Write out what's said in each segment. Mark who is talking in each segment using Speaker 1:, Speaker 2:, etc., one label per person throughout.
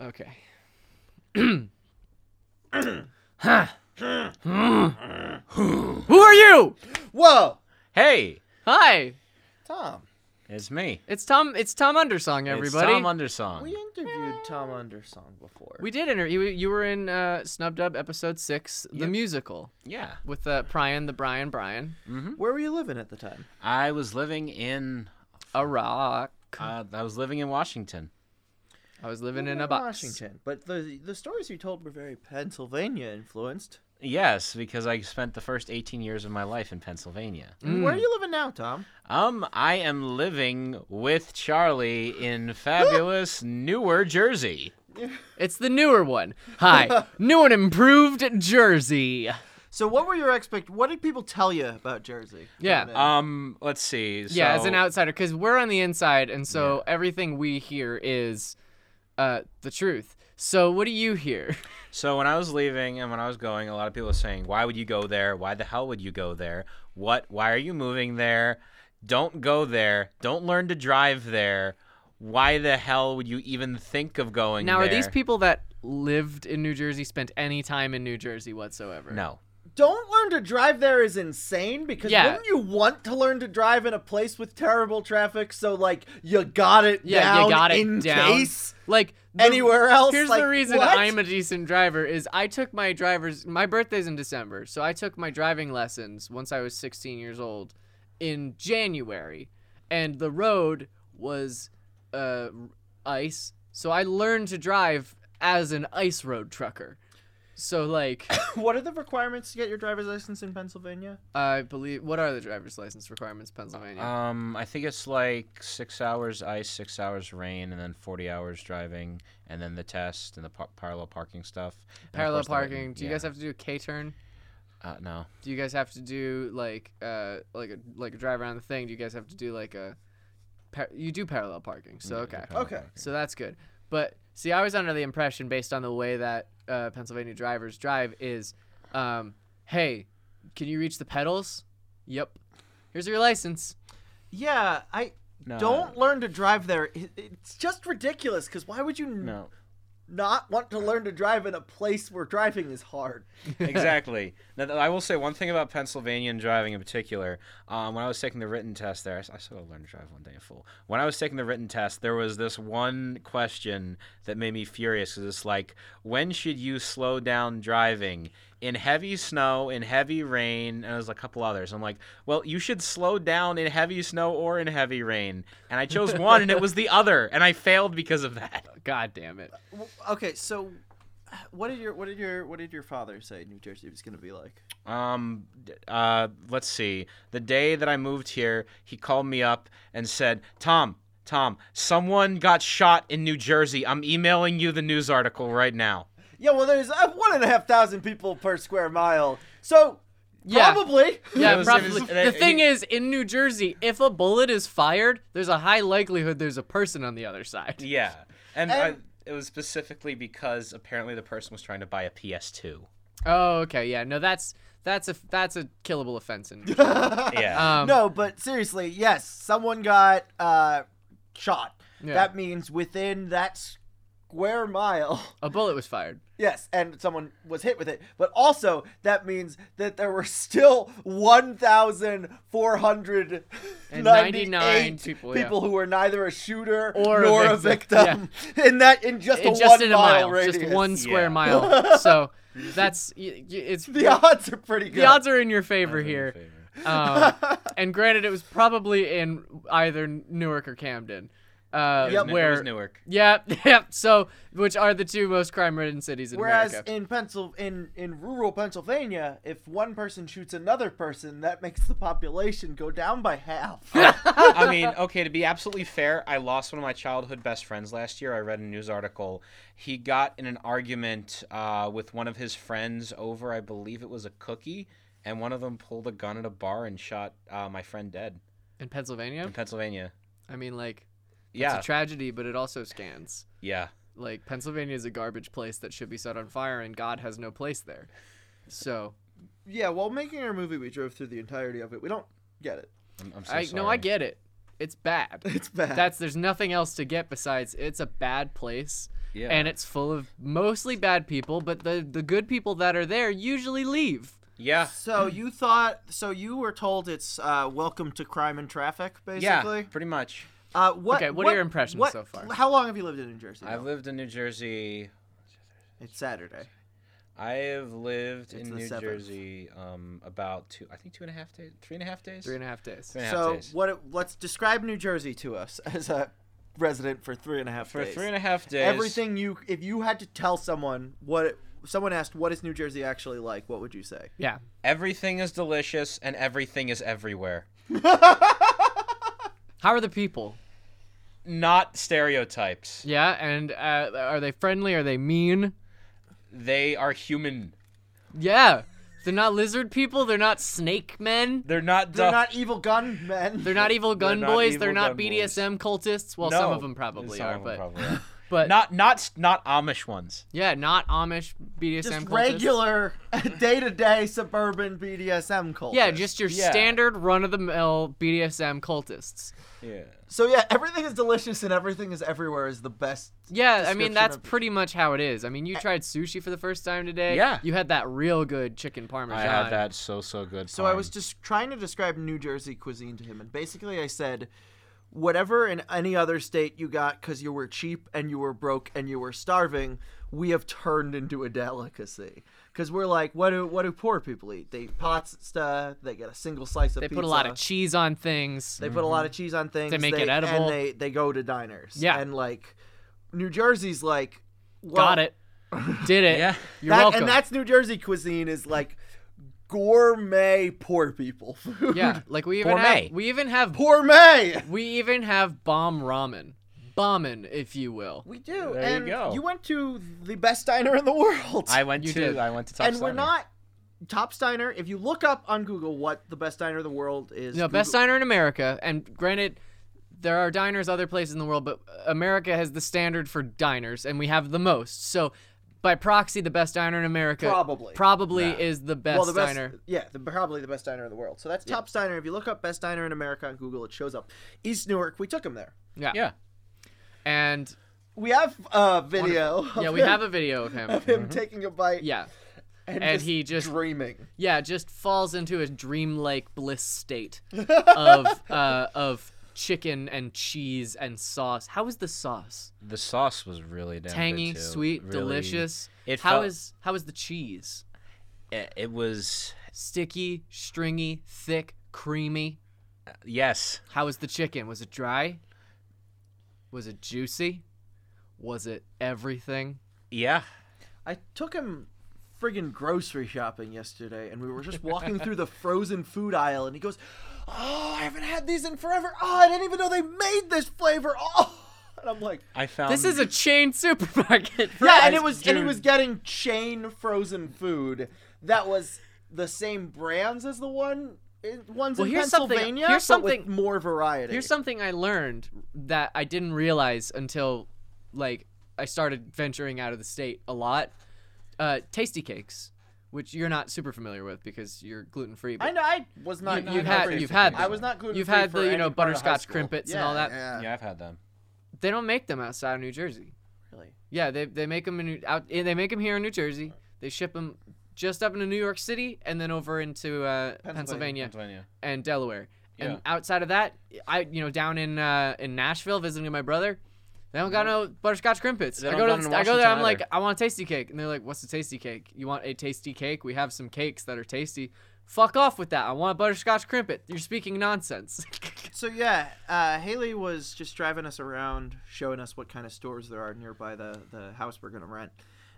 Speaker 1: Okay. Who are you?
Speaker 2: Whoa,
Speaker 3: Hey,
Speaker 1: Hi,
Speaker 2: Tom.
Speaker 3: it's me.
Speaker 1: it's Tom. It's Tom Undersong, everybody. Oh,
Speaker 3: It's Tom Undersong.
Speaker 2: We interviewed Tom Undersong before.
Speaker 1: we did interview. You, you were in uh, Snub Dub episode six, the musical,
Speaker 3: yeah.
Speaker 1: with uh, Brian, the Brian, Brian,
Speaker 2: Where were you living at the time?
Speaker 3: I was living in
Speaker 1: a rock.
Speaker 3: uh, I was living in Washington.
Speaker 1: I was living
Speaker 2: You
Speaker 1: in
Speaker 2: were
Speaker 1: a box.
Speaker 2: Washington. But the the stories you told were very Pennsylvania influenced.
Speaker 3: Yes, because I spent the first 18 years of my life in Pennsylvania.
Speaker 1: Hmm.
Speaker 2: Where are you living now, Tom?
Speaker 3: Um, I am living with Charlie in fabulous Newer Jersey.
Speaker 1: It's the newer one. Hi, new and improved Jersey.
Speaker 2: So what were your expect? What did people tell you about Jersey?
Speaker 1: Yeah.
Speaker 2: Coming in?
Speaker 3: Um, let's see.
Speaker 1: Yeah, as
Speaker 3: so-
Speaker 1: an outsider, because we're on the inside, and so everything we hear is uh, the truth. So what do you hear?
Speaker 3: So when I was leaving and when I was going, a lot of people were saying, "Why would you go there? Why the hell would you go there? What? Why are you moving there? Don't go there. Don't learn to drive there. Why the hell would you even think of going
Speaker 1: Now,
Speaker 3: there?"
Speaker 1: are these people that lived in New Jersey spent any time in New Jersey whatsoever?
Speaker 3: No.
Speaker 2: Don't learn to drive there is insane because
Speaker 1: Yeah.
Speaker 2: wouldn't you want to learn to drive in a place with terrible traffic? So like you got it
Speaker 1: Yeah,
Speaker 2: down
Speaker 1: you got it
Speaker 2: in
Speaker 1: down.
Speaker 2: case.
Speaker 1: Like the-
Speaker 2: Anywhere else?
Speaker 1: Here's
Speaker 2: Like,
Speaker 1: the reason
Speaker 2: what?
Speaker 1: I'm a decent driver is I took my driver's my birthday's in December, so I took my driving lessons once I was 16 years old in January, and the road was uh, ice, so I learned to drive as an ice road trucker. So like,
Speaker 2: What are the requirements to get your driver's license in Pennsylvania?
Speaker 1: I believe what are the driver's license requirements, in Pennsylvania?
Speaker 3: Um, I think it's like six hours ice, six hours rain, and then 40 hours driving, and then the test and the par- parallel parking stuff. and of
Speaker 1: Parallel
Speaker 3: course the written-
Speaker 1: parking. Do you
Speaker 3: yeah.
Speaker 1: guys have to do a K turn?
Speaker 3: Uh, no.
Speaker 1: Do you guys have to do like uh like a like a drive around the thing? Do you guys have to do like a par- you do parallel parking? So okay.
Speaker 3: parallel
Speaker 2: Okay.
Speaker 3: parking.
Speaker 1: So that's good. But see, I was under the impression based on the way that uh, Pennsylvania drivers drive is um hey, can you reach the pedals? Yep. Here's your license.
Speaker 2: Yeah, I
Speaker 3: No,
Speaker 2: don't
Speaker 1: Uh,
Speaker 2: learn to drive there. It- It's just ridiculous because why would you n-
Speaker 3: No.
Speaker 2: not want to learn to drive in a place where driving is hard?
Speaker 3: exactly. Now, th- I will say one thing about Pennsylvania and driving in particular. Um, when I was taking the written test there, I, s- I still gotta learn to drive one day in full. When I was taking the written test, there was this one question that made me furious. 'cause it's like, when should you slow down driving? In heavy snow, in heavy rain, and there's a couple others. I'm like, well, you should slow down in heavy snow or in heavy rain. And I chose one, and it was the other, and I failed because of that.
Speaker 1: God damn it.
Speaker 2: W- Okay, so what did your what did your what did your father say New Jersey was going to be like?
Speaker 3: Um, d- uh, let's see. The day that I moved here, he called me up and said, Tom, Tom, someone got shot in New Jersey. I'm emailing you the news article right now.
Speaker 2: Yeah, well, there's uh, one and a half thousand people per square mile, so
Speaker 1: Yeah.
Speaker 2: probably.
Speaker 1: Yeah,
Speaker 3: It was- it
Speaker 1: probably.
Speaker 3: was-
Speaker 1: the thing is, in New Jersey, if a bullet is fired, there's a high likelihood there's a person on the other side.
Speaker 3: Yeah. And, I,
Speaker 2: And-
Speaker 3: it was specifically because apparently the person was trying to buy a PS2.
Speaker 1: Oh, okay, yeah. No, that's that's a that's a killable offense. In
Speaker 3: Yeah.
Speaker 1: um,
Speaker 2: no, but seriously, yes, someone got uh, shot.
Speaker 1: Yeah.
Speaker 2: That means within that square mile.
Speaker 1: a bullet was fired.
Speaker 2: Yes, and someone was hit with it. But also, that means that there were still 1,499
Speaker 1: people, yeah.
Speaker 2: people, who were neither a shooter
Speaker 1: Or a
Speaker 2: nor a
Speaker 1: victim,
Speaker 2: victim. In that, in just
Speaker 1: It
Speaker 2: a
Speaker 1: just
Speaker 2: one
Speaker 1: in a
Speaker 2: mile,
Speaker 1: mile,
Speaker 2: radius.
Speaker 1: just one square
Speaker 3: Yeah.
Speaker 1: mile. So that's y- y- it's
Speaker 2: The odds are pretty good.
Speaker 1: the odds are in your favor here. Um, and granted, it was probably in either Newark or Camden. Uh,
Speaker 2: Yep.
Speaker 3: It
Speaker 1: where
Speaker 3: was Newark.
Speaker 1: Yep, yep. So, which are the two most crime-ridden cities in
Speaker 2: Whereas
Speaker 1: America?
Speaker 2: in Pencil, in in rural Pennsylvania, if one person shoots another person, that makes the population go down by half.
Speaker 3: I mean, okay, to be absolutely fair, I lost one of my childhood best friends last year. I read a news article. He got in an argument uh, with one of his friends over, I believe it was a cookie, and one of them pulled a gun at a bar and shot uh, my friend dead
Speaker 1: in Pennsylvania?
Speaker 3: in Pennsylvania.
Speaker 1: I mean, like,
Speaker 3: Yeah,
Speaker 1: it's a tragedy, but it also scans.
Speaker 3: yeah.
Speaker 1: Like, Pennsylvania is a garbage place that should be set on fire, and God has no place there. So,
Speaker 2: yeah, while making our movie, we drove through the entirety of it. We don't get it.
Speaker 3: I'm, I'm so
Speaker 1: I
Speaker 3: sorry.
Speaker 1: no, I get it. It's bad.
Speaker 2: It's bad.
Speaker 1: That's there's nothing else to get besides it's a bad place
Speaker 3: Yeah.
Speaker 1: and it's full of mostly bad people, but the the good people that are there usually leave.
Speaker 3: yeah.
Speaker 2: So you thought? So you were told it's uh, welcome to crime and traffic,
Speaker 3: Yeah,
Speaker 2: basically.
Speaker 3: pretty much.
Speaker 2: Uh, what,
Speaker 1: Okay, what are your impressions
Speaker 2: what-
Speaker 1: so far?
Speaker 2: How long have you lived in New Jersey?
Speaker 3: I've lived in New Jersey.
Speaker 2: it's Saturday.
Speaker 3: I have
Speaker 2: It's
Speaker 3: lived in
Speaker 2: the
Speaker 3: New
Speaker 2: seventh.
Speaker 3: Jersey um, about two, I think two and a half days, three and a half days.
Speaker 1: Three and a half days.
Speaker 3: Three and a half
Speaker 2: So
Speaker 3: days.
Speaker 2: what? it- Let's describe New Jersey to us as a resident for three and a half
Speaker 3: For
Speaker 2: days.
Speaker 3: three and a half days.
Speaker 2: Everything you, if you had to tell someone what, it- someone asked, what is New Jersey actually like? What would you say?
Speaker 1: Yeah.
Speaker 3: Everything is delicious and everything is everywhere.
Speaker 1: How are the people?
Speaker 3: Not stereotypes.
Speaker 1: Yeah, and uh, are they friendly? Are they mean?
Speaker 3: They are human.
Speaker 1: Yeah. They're not lizard people. They're not snake men.
Speaker 3: They're not.
Speaker 2: They're
Speaker 3: duff-
Speaker 2: not evil gun men.
Speaker 1: They're not evil gun
Speaker 3: not
Speaker 1: boys.
Speaker 3: evil
Speaker 1: they're not
Speaker 3: gun boys.
Speaker 1: BDSM cultists. Well,
Speaker 3: No.
Speaker 1: some of them probably
Speaker 3: Some
Speaker 1: are,
Speaker 3: of
Speaker 1: but
Speaker 3: them probably are.
Speaker 1: but
Speaker 3: not not not Amish ones.
Speaker 1: yeah, not Amish BDSM
Speaker 2: just
Speaker 1: cultists.
Speaker 2: regular, day to day suburban BDSM cultists.
Speaker 1: Yeah, just your
Speaker 3: Yeah.
Speaker 1: standard run of the mill BDSM cultists.
Speaker 3: Yeah.
Speaker 2: So yeah, everything is delicious and everything is everywhere is the best.
Speaker 1: Yeah, I mean
Speaker 2: Description
Speaker 1: that's
Speaker 2: of-
Speaker 1: pretty much how it is. I mean, you tried sushi for the first time today.
Speaker 3: Yeah.
Speaker 1: You had that real good chicken
Speaker 3: I
Speaker 1: parmesan.
Speaker 3: had that so so good.
Speaker 2: So I was just trying to describe New Jersey cuisine to him, and basically I said, whatever in any other state you got because you were cheap and you were broke and you were starving, we have turned into a delicacy. Because we're like, what do what do poor people eat? They eat pots and stuff. They get a single slice of
Speaker 1: They
Speaker 2: pizza.
Speaker 1: put a lot of cheese on things.
Speaker 2: They put a lot of cheese on things.
Speaker 1: They make it edible.
Speaker 2: And they, they go to diners.
Speaker 1: Yeah.
Speaker 2: And like, New Jersey's like, well,
Speaker 1: Got it. Did it.
Speaker 3: Yeah.
Speaker 1: You're
Speaker 2: that-
Speaker 1: welcome.
Speaker 2: And that's New Jersey cuisine is like gourmet poor people food.
Speaker 1: yeah, like we even
Speaker 3: Gourmet.
Speaker 1: have we even have
Speaker 2: Gourmet.
Speaker 1: we even have bomb ramen. Bombin, if you will.
Speaker 2: We do.
Speaker 3: There you
Speaker 2: and
Speaker 3: go.
Speaker 2: went to the best diner in the world.
Speaker 3: I went
Speaker 1: You
Speaker 3: to
Speaker 1: did.
Speaker 3: I went to Top
Speaker 2: and we're not Top Steiner. If you look up on Google what the best diner in the world is,
Speaker 1: No, best
Speaker 2: Google-
Speaker 1: diner in America. And granted, there are diners other places in the world, but America has the standard for diners, and we have the most. So, by proxy, the best diner in America
Speaker 2: Probably.
Speaker 1: probably
Speaker 3: Yeah.
Speaker 1: is the best,
Speaker 2: well, the best,
Speaker 1: diner.
Speaker 2: yeah, the, probably the best diner in the world. So that's Top Steiner. If you look up best diner in America on Google, it shows up. East Newark. We took him there.
Speaker 1: Yeah.
Speaker 3: Yeah.
Speaker 1: and
Speaker 2: We have a video. Of
Speaker 1: yeah, we
Speaker 2: him,
Speaker 1: have a video of him.
Speaker 2: of him taking a bite.
Speaker 1: Yeah,
Speaker 2: and,
Speaker 1: and he just-
Speaker 2: dreaming.
Speaker 1: yeah, just falls into a dreamlike bliss state of uh, of chicken and cheese and sauce. How is the sauce?
Speaker 3: The sauce was really damn good,
Speaker 1: Tangy,
Speaker 3: too.
Speaker 1: sweet,
Speaker 3: Really-
Speaker 1: delicious. How
Speaker 3: It
Speaker 1: is
Speaker 3: felt-
Speaker 1: how is the cheese?
Speaker 3: It, it was
Speaker 1: sticky, stringy, thick, creamy.
Speaker 3: yes.
Speaker 1: How was the chicken? Was it dry? Was it juicy? Was it everything?
Speaker 3: Yeah.
Speaker 2: I took him friggin' grocery shopping yesterday, and we were just walking through the frozen food aisle, and he goes, "Oh, I haven't had these in forever. Oh, I didn't even know they made this flavor. Oh." And I'm like,
Speaker 3: I found
Speaker 1: This is a chain supermarket.
Speaker 2: Um, yeah,
Speaker 1: right?
Speaker 2: and it was and he
Speaker 3: dude.
Speaker 2: was getting chain frozen food that was the same brands as the one it- ones
Speaker 1: Well,
Speaker 2: in
Speaker 1: here's something-
Speaker 2: Pennsylvania,
Speaker 1: here's
Speaker 2: but with
Speaker 1: something-
Speaker 2: more variety.
Speaker 1: Here's something I learned that I didn't realize until like I started venturing out of the state a lot. Uh, tasty cakes, which you're not super familiar with because you're gluten free.
Speaker 2: I know I was not.
Speaker 1: You, have
Speaker 2: gluten-free.
Speaker 1: had
Speaker 3: gluten-free.
Speaker 1: you've had
Speaker 2: I
Speaker 1: them.
Speaker 2: was not gluten.
Speaker 1: You've had the you know butterscotch crimpets and all that.
Speaker 3: Yeah, I've had them.
Speaker 1: They don't make them outside of New Jersey.
Speaker 2: Really?
Speaker 1: Yeah, they they make them in New, out eh, they make 'em here in New Jersey. They ship them just up into New York City and then over into uh, Pennsylvania.
Speaker 3: Pennsylvania.
Speaker 1: and Delaware.
Speaker 3: Yeah.
Speaker 1: And outside of that, I you know down in uh, in Nashville visiting my brother, they don't got no butterscotch crimpets.
Speaker 3: Mm-hmm. They
Speaker 1: I
Speaker 3: don't
Speaker 1: go
Speaker 3: got 'em
Speaker 1: to
Speaker 3: in
Speaker 1: I go there. I'm
Speaker 3: Washington
Speaker 1: like
Speaker 3: either.
Speaker 1: I want a tasty cake, and they're like, "What's a tasty cake? You want a tasty cake? We have some cakes that are tasty." Fuck off with that. I want a butterscotch crimpet. You're speaking nonsense.
Speaker 2: So yeah, uh, Haley was just driving us around, showing us what kind of stores there are nearby the the house we're gonna rent,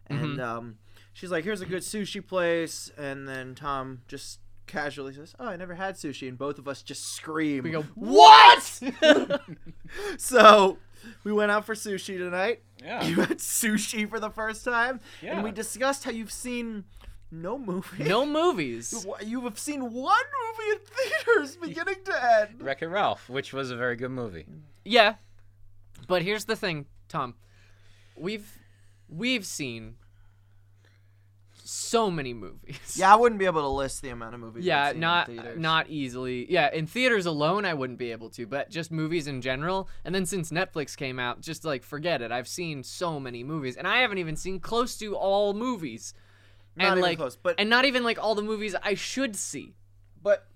Speaker 2: and um, she's like, "Here's a good sushi place," and then Tom just casually says, "Oh, I never had sushi," and both of us just scream.
Speaker 1: we go.
Speaker 2: "What?" so we went out for sushi tonight.
Speaker 3: Yeah.
Speaker 2: You had sushi for the first time, and we
Speaker 3: Yeah.
Speaker 2: discussed how you've seen no movie.
Speaker 1: no movies.
Speaker 2: You have seen one movie in theaters, beginning to end.
Speaker 3: Wreck-It Ralph, which was a very good movie.
Speaker 1: Yeah. But here's the thing, Tom. We've we've seen so many movies.
Speaker 2: Yeah, I wouldn't be able to list the amount of movies. I've
Speaker 1: Yeah,
Speaker 2: seen in
Speaker 1: not
Speaker 2: theaters.
Speaker 1: not easily. Yeah, in theaters alone, I wouldn't be able to, but just movies in general. And then since Netflix came out, just like forget it. I've seen so many movies, and I haven't even seen close to all movies,
Speaker 2: Not
Speaker 1: and
Speaker 2: even
Speaker 1: like,
Speaker 2: close, but-
Speaker 1: and not even like all the movies I should see.
Speaker 2: But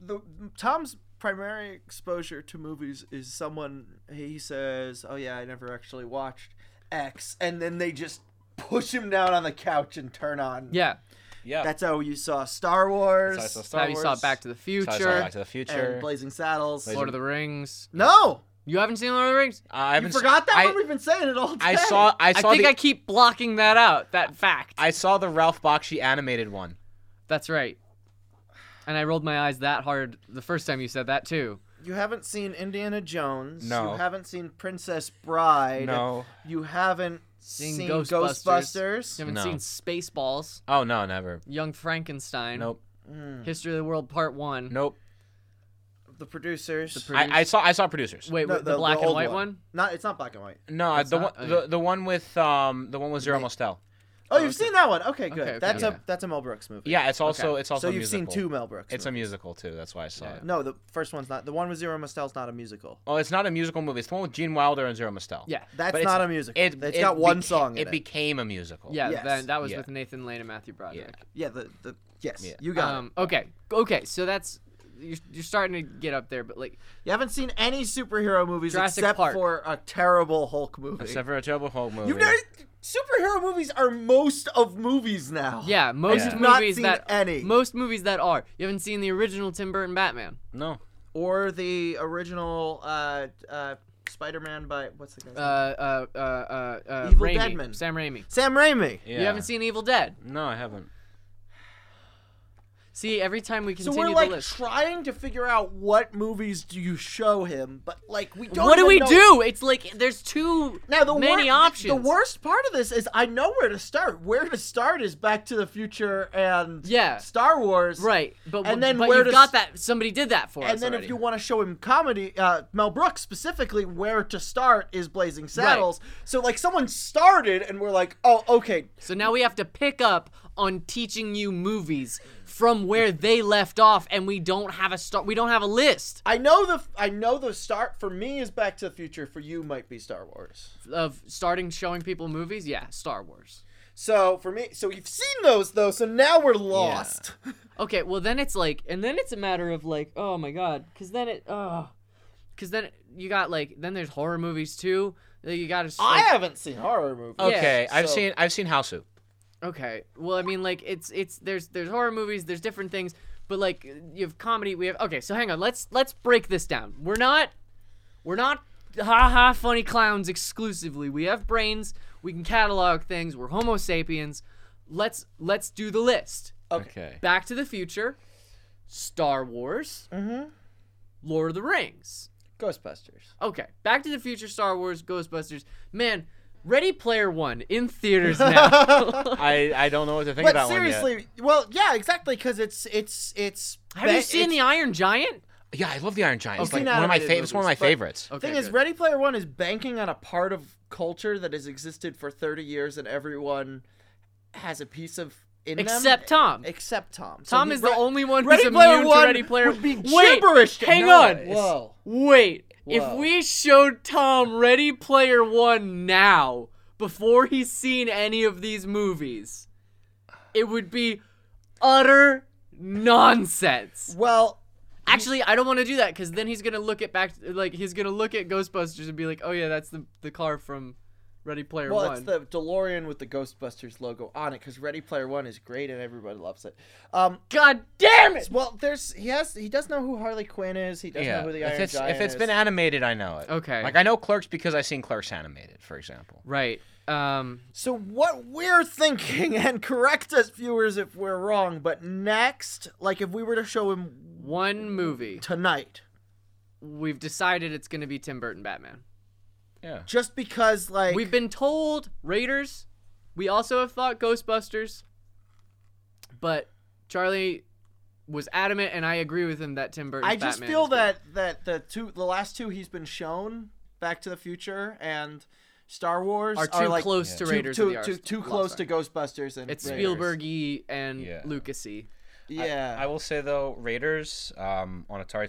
Speaker 2: the Tom's primary exposure to movies is someone he says, "Oh yeah, I never actually watched X," and then they just push him down on the couch and turn on.
Speaker 1: Yeah,
Speaker 3: Yeah.
Speaker 2: That's how you saw Star Wars
Speaker 3: That's how I saw Star
Speaker 1: now you saw
Speaker 3: Wars,
Speaker 1: Back to the
Speaker 3: that's how I saw
Speaker 1: Future,
Speaker 3: Back to the Future.
Speaker 2: and Blazing Saddles.
Speaker 1: Lord of the Rings.
Speaker 2: no,
Speaker 1: You haven't seen Lord of the Rings?
Speaker 3: Uh, I
Speaker 2: you
Speaker 3: haven't s-
Speaker 2: forgot that
Speaker 3: I,
Speaker 2: one. We've been saying it all day.
Speaker 3: I saw. I
Speaker 1: I,
Speaker 3: saw.
Speaker 1: think
Speaker 3: the,
Speaker 1: I keep blocking that out. That fact.
Speaker 3: I saw the Ralph Bakshi animated one.
Speaker 1: That's right. And I rolled my eyes that hard the first time you said that too.
Speaker 2: You haven't seen Indiana Jones.
Speaker 3: No.
Speaker 2: You haven't seen Princess Bride.
Speaker 3: No.
Speaker 2: You haven't seen,
Speaker 1: Seen
Speaker 2: Ghostbusters.
Speaker 1: You haven't
Speaker 3: No.
Speaker 1: seen Spaceballs,
Speaker 3: Oh no, never.
Speaker 1: Young Frankenstein,
Speaker 3: Nope.
Speaker 2: Hmm.
Speaker 1: History of the World Part One.
Speaker 3: Nope.
Speaker 2: The producers.
Speaker 1: The
Speaker 3: I, I saw. I saw producers.
Speaker 1: Wait,
Speaker 2: No,
Speaker 1: the, black and
Speaker 2: old
Speaker 1: white one?
Speaker 2: Not it's not black and white.
Speaker 3: No, I-
Speaker 1: That's
Speaker 3: the one,
Speaker 1: not- okay.
Speaker 3: the, the one with um the one with Zero Mostel.
Speaker 2: Oh, you've seen that one. Okay, good.
Speaker 1: Okay, okay,
Speaker 2: that's
Speaker 1: yeah.
Speaker 2: a that's a Mel Brooks movie.
Speaker 3: Yeah, it's also
Speaker 1: Okay.
Speaker 3: it's also
Speaker 2: So
Speaker 3: a
Speaker 2: you've
Speaker 3: musical.
Speaker 2: seen two Mel Brooks.
Speaker 3: It's a
Speaker 2: movies.
Speaker 3: musical too. That's why I saw it.
Speaker 2: No, the first one's not. The one with Zero Mostel's not a musical.
Speaker 3: Oh, it's not a musical movie. It's the one with Gene Wilder and Zero Mostel.
Speaker 1: Yeah.
Speaker 2: That's
Speaker 3: But it's-
Speaker 2: not a musical. It,
Speaker 3: It,
Speaker 2: has
Speaker 3: it
Speaker 2: got one
Speaker 3: beca-
Speaker 2: song in it.
Speaker 3: It became a musical.
Speaker 1: Yeah,
Speaker 2: Yes.
Speaker 1: then that was
Speaker 3: Yeah.
Speaker 1: with Nathan Lane and Matthew Broderick.
Speaker 2: yeah, the, the yes,
Speaker 3: Yeah.
Speaker 2: you got it.
Speaker 1: Um, okay, okay, so that's you're, you're starting to get up there, but like
Speaker 2: You haven't seen any superhero movies
Speaker 1: Jurassic
Speaker 2: except
Speaker 1: Park.
Speaker 2: for a terrible Hulk movie.
Speaker 3: Except for a terrible Hulk movie.
Speaker 2: You've never, superhero movies are most of movies now.
Speaker 1: yeah, most
Speaker 3: you've
Speaker 2: not
Speaker 1: movies
Speaker 2: seen
Speaker 1: that
Speaker 2: any.
Speaker 1: most movies that are you haven't seen the original Tim Burton Batman.
Speaker 3: No.
Speaker 2: Or the original uh, uh, Spider-Man by what's the guy's
Speaker 1: Uh,
Speaker 2: name?
Speaker 1: uh, uh, uh, uh,
Speaker 2: Evil
Speaker 1: Raimi,
Speaker 2: Deadman.
Speaker 1: Sam Raimi.
Speaker 2: Sam Raimi.
Speaker 3: Yeah.
Speaker 1: You haven't seen Evil Dead.
Speaker 3: No, I haven't.
Speaker 1: See, every time we
Speaker 2: So
Speaker 1: continue
Speaker 2: we're
Speaker 1: the
Speaker 2: like
Speaker 1: list,
Speaker 2: trying to figure out what movies do you show him, but like we don't.
Speaker 1: what do
Speaker 2: even
Speaker 1: we
Speaker 2: know-
Speaker 1: do? It's like there's too
Speaker 2: Now the
Speaker 1: many
Speaker 2: wor-
Speaker 1: options.
Speaker 2: The worst part of this is I know where to start. Where to start is Back to the Future and
Speaker 1: Yeah.
Speaker 2: Star Wars.
Speaker 1: Right, but
Speaker 2: And then
Speaker 1: but
Speaker 2: where
Speaker 1: you've
Speaker 2: does-
Speaker 1: got that somebody did that for
Speaker 2: And
Speaker 1: us.
Speaker 2: then
Speaker 1: already.
Speaker 2: if you want to show him comedy, uh, Mel Brooks specifically, where to start is Blazing Saddles. So like someone started and we're like, oh okay,
Speaker 1: so now we have to pick up on teaching you movies from where they left off, and we don't have a start. We don't have a list
Speaker 2: I know the I know the start for me is Back to the Future. For you might be Star Wars.
Speaker 1: of starting showing people movies. Yeah, Star Wars.
Speaker 2: So for me, so you've seen those though. So now we're lost.
Speaker 1: Okay, well then it's like, and then it's a matter of like, oh my god, because then it, oh, because then you got like, then there's horror movies too. That you got to.
Speaker 2: I haven't seen horror movies.
Speaker 1: Yeah,
Speaker 3: Okay, I've
Speaker 2: so-
Speaker 3: seen I've seen Houseu.
Speaker 1: Okay. Well, I mean, like it's it's there's there's horror movies, there's different things, but like you have comedy. We have okay. So hang on. Let's let's break this down. We're not we're not ha ha funny clowns exclusively. We have brains. We can catalog things. We're Homo sapiens. Let's let's do the list.
Speaker 3: Okay.
Speaker 1: Back to the Future, Star Wars, Lord of the Rings.
Speaker 2: Ghostbusters.
Speaker 1: Okay, Back to the Future, Star Wars, Ghostbusters. Man, Ready Player One in theaters now.
Speaker 3: I, I don't know what to think
Speaker 2: But
Speaker 3: about
Speaker 2: seriously, well, yeah, exactly, because it's it's it's.
Speaker 1: Have you seen the
Speaker 2: it's-
Speaker 1: Iron Giant?
Speaker 3: Yeah, I love the Iron Giant. It's
Speaker 2: Okay.
Speaker 3: like one of my
Speaker 2: Animated
Speaker 3: fav- It's one of my
Speaker 2: movies, but-
Speaker 3: favorites.
Speaker 1: Okay,
Speaker 2: thing is?
Speaker 1: good.
Speaker 2: Ready Player One is banking on a part of culture that has existed for thirty years, and everyone has a piece of in them.
Speaker 1: Except Tom.
Speaker 2: Except Tom. So
Speaker 1: Tom
Speaker 2: he-
Speaker 1: is the
Speaker 2: Re-
Speaker 1: only one who's
Speaker 2: Ready
Speaker 1: immune
Speaker 2: Player One
Speaker 1: to Ready Player
Speaker 2: would be
Speaker 1: Wait,
Speaker 2: gibberish. to
Speaker 1: hang on.
Speaker 2: noise. Whoa.
Speaker 1: Wait,
Speaker 2: Whoa.
Speaker 1: if we showed Tom Ready Player One now, before he's seen any of these movies, it would be utter nonsense.
Speaker 2: Well,
Speaker 1: Actually, I don't want to do that because then he's gonna look at back, like he's gonna look at Ghostbusters and be like, "Oh yeah, that's the the car from Ready Player
Speaker 2: well,
Speaker 1: One."
Speaker 2: it's the DeLorean with the Ghostbusters logo on it because Ready Player One is great and everybody loves it. Um,
Speaker 1: God damn it!
Speaker 2: well, there's he has he does know who Harley Quinn is. He does
Speaker 3: Yeah.
Speaker 2: know who the
Speaker 3: if
Speaker 2: Iron
Speaker 3: it's
Speaker 2: Giant
Speaker 3: if it's
Speaker 2: is.
Speaker 3: been animated, I know it.
Speaker 1: Okay.
Speaker 3: Like I know Clerks because I've seen Clerks animated, for example.
Speaker 1: Right. Um.
Speaker 2: so what we're thinking, and correct us viewers if we're wrong, but next, like if we were to show him
Speaker 1: One movie.
Speaker 2: tonight,
Speaker 1: We've decided it's gonna be Tim Burton Batman.
Speaker 3: Yeah.
Speaker 2: just because like
Speaker 1: We've been told Raiders. We also have thought Ghostbusters. But Charlie was adamant, and I agree with him that Tim Burton.
Speaker 2: I just feel that that the two the last two he's been shown Back to the Future and Star Wars
Speaker 1: Are too
Speaker 2: like
Speaker 1: close to
Speaker 2: too-
Speaker 1: Raiders
Speaker 2: Too,
Speaker 1: of the
Speaker 2: too,
Speaker 1: Ar-
Speaker 2: too
Speaker 1: Lost
Speaker 2: close
Speaker 1: Ark.
Speaker 2: to Ghostbusters and
Speaker 1: It's
Speaker 2: Raiders.
Speaker 1: Spielbergy and
Speaker 3: Yeah.
Speaker 1: Lucasy.
Speaker 2: Yeah.
Speaker 3: I will say though, Raiders um, on Atari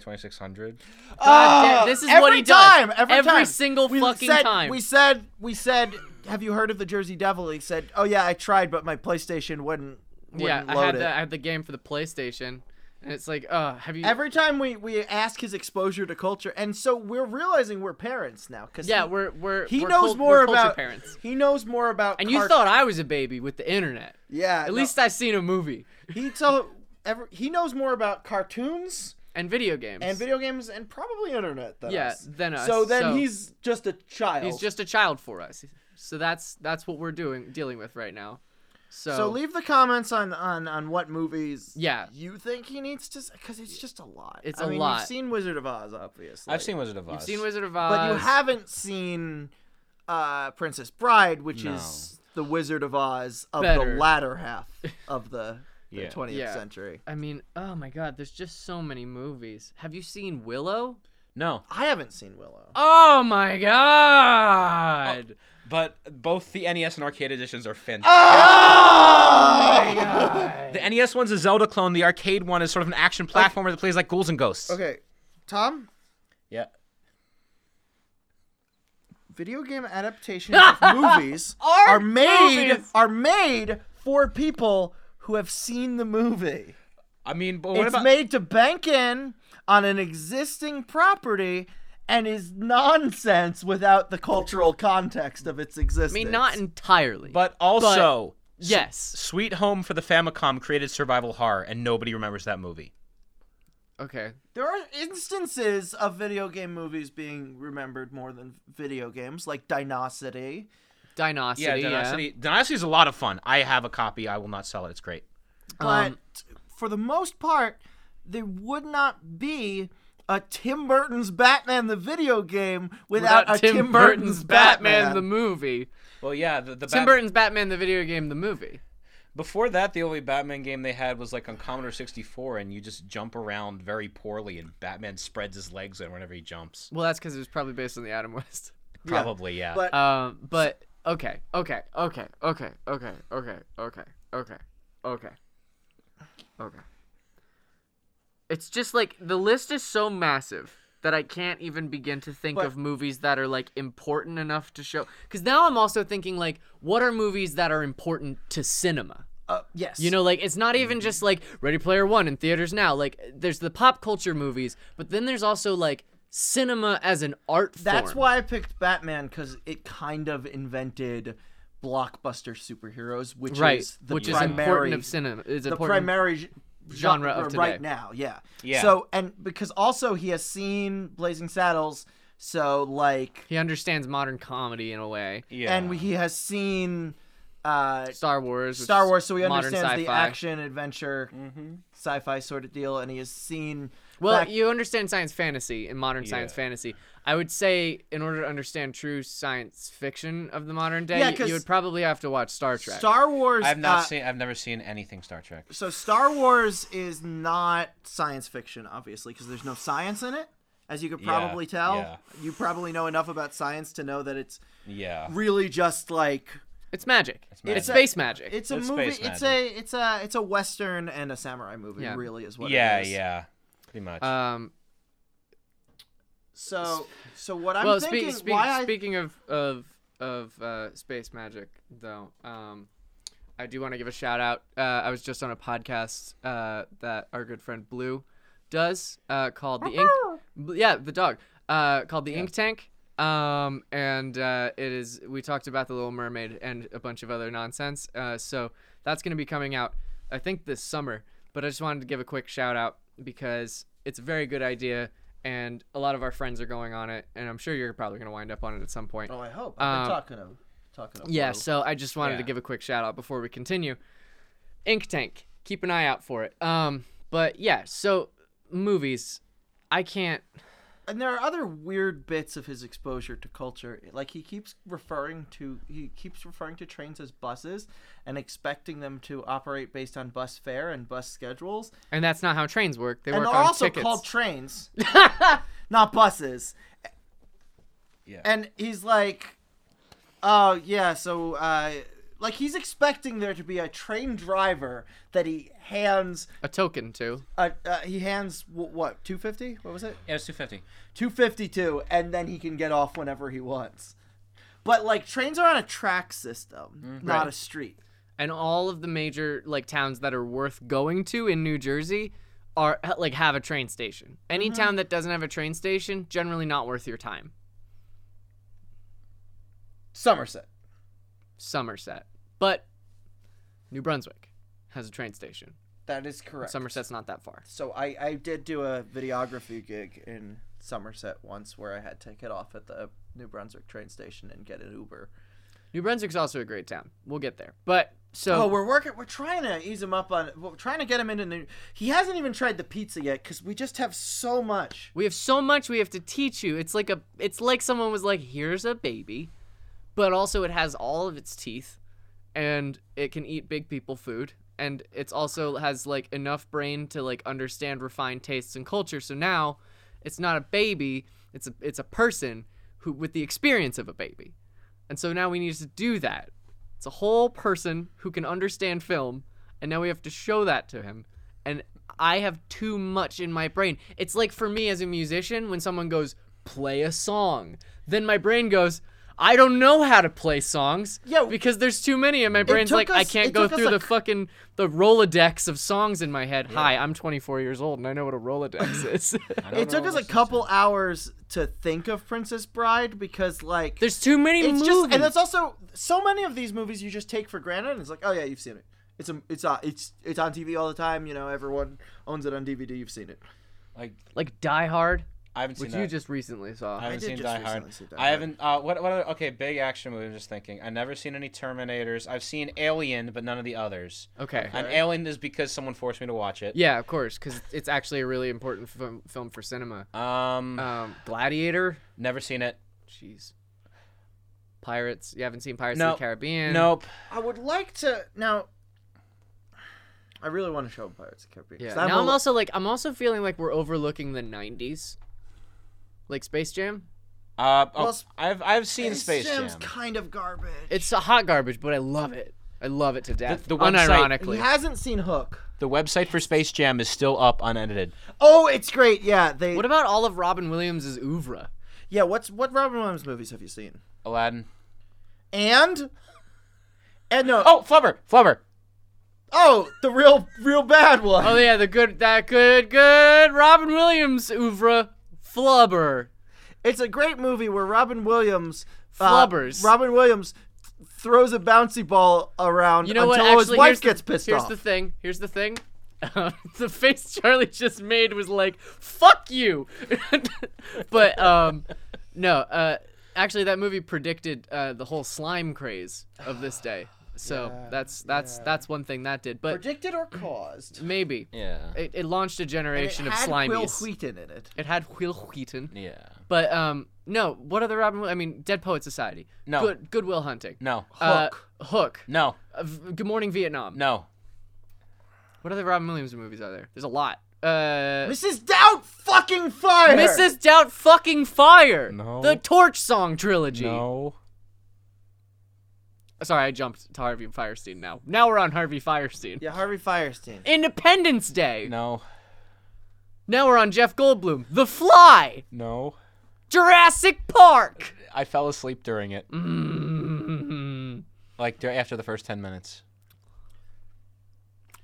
Speaker 1: God
Speaker 3: 2600.
Speaker 1: damn,
Speaker 2: Ah,
Speaker 1: this is
Speaker 2: every
Speaker 1: what he does.
Speaker 2: time, Every,
Speaker 1: Every
Speaker 2: time.
Speaker 1: single
Speaker 2: we
Speaker 1: fucking
Speaker 2: said,
Speaker 1: time.
Speaker 2: We said, we said, have you heard of the Jersey Devil? He said, oh yeah, I tried, but my PlayStation wouldn't, wouldn't
Speaker 1: Yeah,
Speaker 2: load
Speaker 1: I had
Speaker 2: it.
Speaker 1: the I had the game for the PlayStation, and it's like, uh, have you?
Speaker 2: Every time we, we ask his exposure to culture, and so we're realizing we're parents now. Cause
Speaker 1: yeah,
Speaker 2: he,
Speaker 1: we're we're
Speaker 2: he
Speaker 1: we're
Speaker 2: knows
Speaker 1: cult-
Speaker 2: more
Speaker 1: we're culture
Speaker 2: about
Speaker 1: parents.
Speaker 2: He knows more about.
Speaker 1: And you
Speaker 2: car-
Speaker 1: thought I was a baby with the internet.
Speaker 2: yeah.
Speaker 1: At
Speaker 2: no.
Speaker 1: least I've seen a movie
Speaker 2: he told. Every, he knows more about cartoons
Speaker 1: and video games.
Speaker 2: and video games and probably internet than
Speaker 1: Yeah,
Speaker 2: us.
Speaker 1: than us,
Speaker 2: So then
Speaker 1: so-
Speaker 2: he's just a child.
Speaker 1: He's just a child for us. So that's that's what we're doing dealing with right now. So,
Speaker 2: So leave the comments on on on what movies.
Speaker 1: Yeah.
Speaker 2: You think he needs to? Because it's just a lot.
Speaker 1: It's
Speaker 2: I
Speaker 1: a
Speaker 2: mean,
Speaker 1: lot.
Speaker 2: You've seen Wizard of Oz, obviously.
Speaker 3: I've seen Wizard of Oz.
Speaker 1: you've seen Wizard of Oz,
Speaker 2: but you haven't seen uh, Princess Bride, which
Speaker 3: No.
Speaker 2: is the Wizard of Oz of
Speaker 1: Better.
Speaker 2: the latter half of the, the
Speaker 3: Yeah.
Speaker 2: 20th
Speaker 1: Yeah.
Speaker 2: century.
Speaker 1: I mean, oh my God, there's just so many movies. Have you seen Willow?
Speaker 3: No,
Speaker 2: I haven't seen Willow.
Speaker 1: Oh my God!
Speaker 3: but both the NES and arcade editions are fantastic.
Speaker 2: Oh!
Speaker 3: The NES one's a Zelda clone. The arcade one is sort of an action platformer that plays like ghouls and ghosts.
Speaker 2: Okay, Tom.
Speaker 3: Yeah.
Speaker 2: Video game adaptations of movies are, made
Speaker 1: movies.
Speaker 2: are made for people who have seen the movie.
Speaker 3: I mean, but what
Speaker 2: it's
Speaker 3: about
Speaker 2: made to bank in on an existing property and is nonsense without the cultural context of its existence.
Speaker 1: I mean, not entirely,
Speaker 3: but also
Speaker 1: yes.
Speaker 3: Sweet Home for the Famicom created survival horror and nobody remembers that movie.
Speaker 1: Okay.
Speaker 2: there are instances of video game movies being remembered more than video games, like Dynasty.
Speaker 1: Dinosity.
Speaker 3: Yeah, Dynasty. Dynasty is a lot of fun. I have a copy. I will not sell it. It's great.
Speaker 2: But
Speaker 1: Um,
Speaker 2: for the most part, there would not be a Tim Burton's Batman the video game without, a Tim, Burton's Batman,
Speaker 1: the movie.
Speaker 3: Well, yeah, the, the
Speaker 1: Tim Burton's Batman the video game the movie.
Speaker 3: Before that, the only Batman game they had was like on Commodore 64, and you just jump around very poorly, and Batman spreads his legs and whenever he jumps.
Speaker 1: Well, that's because it was probably based on the Adam West.
Speaker 2: Yeah.
Speaker 3: Probably, yeah.
Speaker 2: But
Speaker 1: Um, but okay, okay, okay, okay, okay, okay, okay, okay, okay, okay. It's just like the list is so massive that I can't even begin to think
Speaker 2: But-
Speaker 1: of movies that are like important enough to show. Because now I'm also thinking like, what are movies that are important to cinema?
Speaker 2: uh, yes,
Speaker 1: You know, like it's not even just like Ready Player One in theaters now. Like there's the pop culture movies, but then there's also like cinema as an art form.
Speaker 2: That's why I picked Batman because it kind of invented blockbuster superheroes, which
Speaker 1: right,
Speaker 2: is the
Speaker 1: which
Speaker 2: primary,
Speaker 1: is important of cinema. Is
Speaker 2: the
Speaker 1: important.
Speaker 2: primary g-
Speaker 1: genre of
Speaker 2: genre right
Speaker 1: today.
Speaker 2: now. Yeah.
Speaker 3: Yeah.
Speaker 2: So and because also he has seen Blazing Saddles, so like,
Speaker 1: he understands modern comedy in a way.
Speaker 3: yeah.
Speaker 2: and he has seen uh,
Speaker 1: Star Wars. which
Speaker 2: Star
Speaker 1: is
Speaker 2: Wars, so he
Speaker 1: modern
Speaker 2: understands the
Speaker 1: sci-fi.
Speaker 2: action adventure,
Speaker 3: Mm-hmm.
Speaker 2: sci-fi sort of deal, and he has seen.
Speaker 1: Well,
Speaker 2: back-
Speaker 1: you understand science fantasy in modern science
Speaker 3: Yeah.
Speaker 1: fantasy. I would say in order to understand true science fiction of the modern day,
Speaker 2: Yeah,
Speaker 1: you-
Speaker 2: 'cause
Speaker 1: you would probably have to watch Star Trek.
Speaker 2: Star Wars.
Speaker 3: I've not
Speaker 2: uh,
Speaker 3: seen. I've never seen anything Star Trek.
Speaker 2: So Star Wars is not science fiction, obviously, because there's no science in it. As you could
Speaker 3: Yeah,
Speaker 2: probably tell,
Speaker 3: yeah.
Speaker 2: you probably know enough about science to know that it's
Speaker 3: Yeah.
Speaker 2: really just like
Speaker 1: it's magic. It's,
Speaker 3: magic.
Speaker 1: space magic.
Speaker 2: it's a
Speaker 3: It's
Speaker 2: movie.
Speaker 3: space
Speaker 2: It's a it's a it's a western and a samurai movie.
Speaker 1: Yeah.
Speaker 2: Really, is what.
Speaker 3: Yeah,
Speaker 2: it is.
Speaker 3: yeah. Pretty much.
Speaker 1: um,
Speaker 2: So so what I'm
Speaker 1: well, spe-
Speaker 2: thinking,
Speaker 1: spe-
Speaker 2: why
Speaker 1: speaking of of of uh, space magic, though, um, I do want to give a shout out. Uh, I was just on a podcast uh, that our good friend Blue does uh, called the Ink. Bl- Yeah, the dog uh, called the Ink Tank. Um, and uh, it is we talked about the Little Mermaid and a bunch of other nonsense. Uh, so that's going to be coming out, I think, this summer. But I just wanted to give a quick shout out because it's a very good idea, and a lot of our friends are going on it, and I'm sure you're probably going to wind up on it at some point.
Speaker 2: I oh I hope I've been
Speaker 1: um,
Speaker 2: talking of talking of
Speaker 1: Yeah,
Speaker 2: Blue.
Speaker 1: so I just wanted to
Speaker 3: Yeah.
Speaker 1: give a quick shout out before we continue. Ink Tank, keep an eye out for it. Um, but yeah, so movies, I can't.
Speaker 2: and there are other weird bits of his exposure to culture like he keeps referring to he keeps referring to trains as buses and expecting them to operate based on bus fare and bus schedules
Speaker 1: And that's not how trains work. They
Speaker 2: and
Speaker 1: work
Speaker 2: they're
Speaker 1: on
Speaker 2: also
Speaker 1: tickets.
Speaker 2: called trains not buses
Speaker 3: Yeah.
Speaker 2: and he's like Oh yeah, so uh, like he's expecting there to be a train driver that he hands
Speaker 1: A token too.
Speaker 2: uh, uh, he hands w- what two fifty? What was it?
Speaker 3: It was 250.
Speaker 2: Two fifty two, and then he can get off whenever he wants. But like trains are on a track system, not
Speaker 1: Right.
Speaker 2: a street.
Speaker 1: and all of the major like towns that are worth going to in New Jersey are ha- like have a train station. Any
Speaker 2: Mm-hmm.
Speaker 1: town that doesn't have a train station generally not worth your time.
Speaker 2: Somerset.
Speaker 1: Somerset, but New Brunswick has a train station.
Speaker 2: That is correct.
Speaker 1: Somerset's not that far.
Speaker 2: So I, I did do a videography gig in Somerset once where I had to get off at the New Brunswick train station and get an Uber.
Speaker 1: New Brunswick's also a great town. We'll get there. But so
Speaker 2: oh, we're working. We're trying to ease him up on. We're trying to get him into. New, he hasn't even tried the pizza yet because we just have so much.
Speaker 1: we have so much we have to teach you. It's like a it's like someone was like, "Here's a baby," but also it has all of its teeth and it can eat big people food and it's also has like enough brain to like understand refined tastes and culture. So now it's not a baby, it's a it's a person who with the experience of a baby. And so now we need to do that. It's a whole person who can understand film, and now we have to show that to him. And I have too much in my brain. It's like for me as a musician, when someone goes, play a song, then my brain goes, I don't know how to play songs
Speaker 2: Yeah, w-
Speaker 1: because there's too many, and my brain's
Speaker 2: took
Speaker 1: like, I
Speaker 2: us-
Speaker 1: can't
Speaker 2: it
Speaker 1: go
Speaker 2: took us
Speaker 1: through
Speaker 2: a
Speaker 1: the
Speaker 2: c-
Speaker 1: fucking the Rolodex of songs in my head. Hi, I'm 24 years old, and I know what a Rolodex is.
Speaker 3: I don't
Speaker 2: It took
Speaker 3: know
Speaker 2: us a
Speaker 3: what's-
Speaker 2: couple hours to think of Princess Bride because like
Speaker 1: there's too many
Speaker 2: it's
Speaker 1: movies.
Speaker 2: just and it's also so many of these movies you just take for granted and it's like oh yeah you've seen it. It's a, it's a, it's it's on TV all the time. You know everyone owns it on DVD. You've seen it.
Speaker 3: Like,
Speaker 1: like Die Hard,
Speaker 3: I haven't seen
Speaker 1: which
Speaker 3: that.
Speaker 1: you just recently saw.
Speaker 3: I haven't
Speaker 2: did
Speaker 3: seen
Speaker 2: just
Speaker 3: Die
Speaker 2: recently
Speaker 3: Hard.
Speaker 2: see Die
Speaker 3: I
Speaker 2: Hard.
Speaker 3: haven't. Uh, what? What? Other, okay, big action movie. I'm just thinking. I've never seen any Terminators. I've seen Alien, but none of the others.
Speaker 1: okay.
Speaker 3: And Alien is because someone forced me to watch it.
Speaker 1: Yeah, of course, because it's actually a really important film, film for cinema.
Speaker 3: Um,
Speaker 1: Um, Gladiator,
Speaker 3: never seen it.
Speaker 1: jeez. Pirates, you haven't seen Pirates
Speaker 3: No.
Speaker 1: of the Caribbean?
Speaker 3: Nope.
Speaker 2: I would like to now. I really want to show him Pirates of the Caribbean. 'cause
Speaker 1: Yeah.
Speaker 2: I'm
Speaker 1: now
Speaker 2: a-
Speaker 1: I'm also like I'm also feeling like we're overlooking the '90s, like Space Jam.
Speaker 3: Uh, oh,
Speaker 2: Well, Sp-
Speaker 3: I've I've seen Space
Speaker 2: Jam's
Speaker 3: Jam.
Speaker 2: kind of garbage.
Speaker 1: It's a hot garbage, but I love it. I love it to death.
Speaker 3: the website-
Speaker 2: he
Speaker 1: unironically,
Speaker 2: hasn't seen Hook.
Speaker 3: The website for Space Jam is still up unedited.
Speaker 2: Oh, it's great. Yeah, they.
Speaker 1: what about all of Robin Williams' oeuvre?
Speaker 2: yeah, what's what Robin Williams movies have you seen?
Speaker 3: Aladdin.
Speaker 2: And. And no. Oh,
Speaker 3: Oh, Flubber. Flubber.
Speaker 2: the real, real bad one.
Speaker 1: Oh yeah, the good, that good, good Robin Williams oeuvre, Flubber.
Speaker 2: It's a great movie where Robin Williams. uh,
Speaker 1: Flubbers.
Speaker 2: Robin Williams th- throws a bouncy ball around
Speaker 1: You know
Speaker 2: until
Speaker 1: what?
Speaker 2: his
Speaker 1: Actually,
Speaker 2: wife
Speaker 1: here's
Speaker 2: gets
Speaker 1: the,
Speaker 2: pissed
Speaker 1: here's
Speaker 2: off.
Speaker 1: the thing. Here's the thing. Um, the face Charlie just made was like, "Fuck you," but um, no. Uh, actually, that movie predicted uh, the whole slime craze of this day. So that's that's that's one thing that did. But
Speaker 2: Predicted or caused?
Speaker 1: maybe
Speaker 3: Yeah.
Speaker 1: it, it launched a
Speaker 2: It
Speaker 1: generation of
Speaker 2: had
Speaker 1: slimies.
Speaker 2: Will Wheaton in it.
Speaker 1: it had Will Wheaton.
Speaker 3: Yeah.
Speaker 1: But um, no. What other Robin? Wi- I mean, Dead Poet Society.
Speaker 3: No.
Speaker 1: Good Goodwill Hunting.
Speaker 3: No.
Speaker 1: Uh,
Speaker 2: Hook.
Speaker 1: Hook.
Speaker 3: No.
Speaker 1: Uh, v- Good Morning Vietnam.
Speaker 3: No.
Speaker 1: What other Robin Williams movies are there? There's a lot. Uh,
Speaker 2: Mrs. Doubt fucking fire.
Speaker 1: Mrs. Doubt fucking Fire.
Speaker 3: No.
Speaker 1: The Torch Song trilogy.
Speaker 3: No.
Speaker 1: Sorry, I jumped to Harvey Firestein now. Now we're on Harvey Firestein.
Speaker 2: Yeah, Harvey Firestein.
Speaker 1: Independence Day.
Speaker 3: No.
Speaker 1: Now we're on Jeff Goldblum. The Fly.
Speaker 3: No.
Speaker 1: Jurassic Park.
Speaker 3: I fell asleep during it,
Speaker 1: Mm.
Speaker 3: like dur- after the first ten minutes.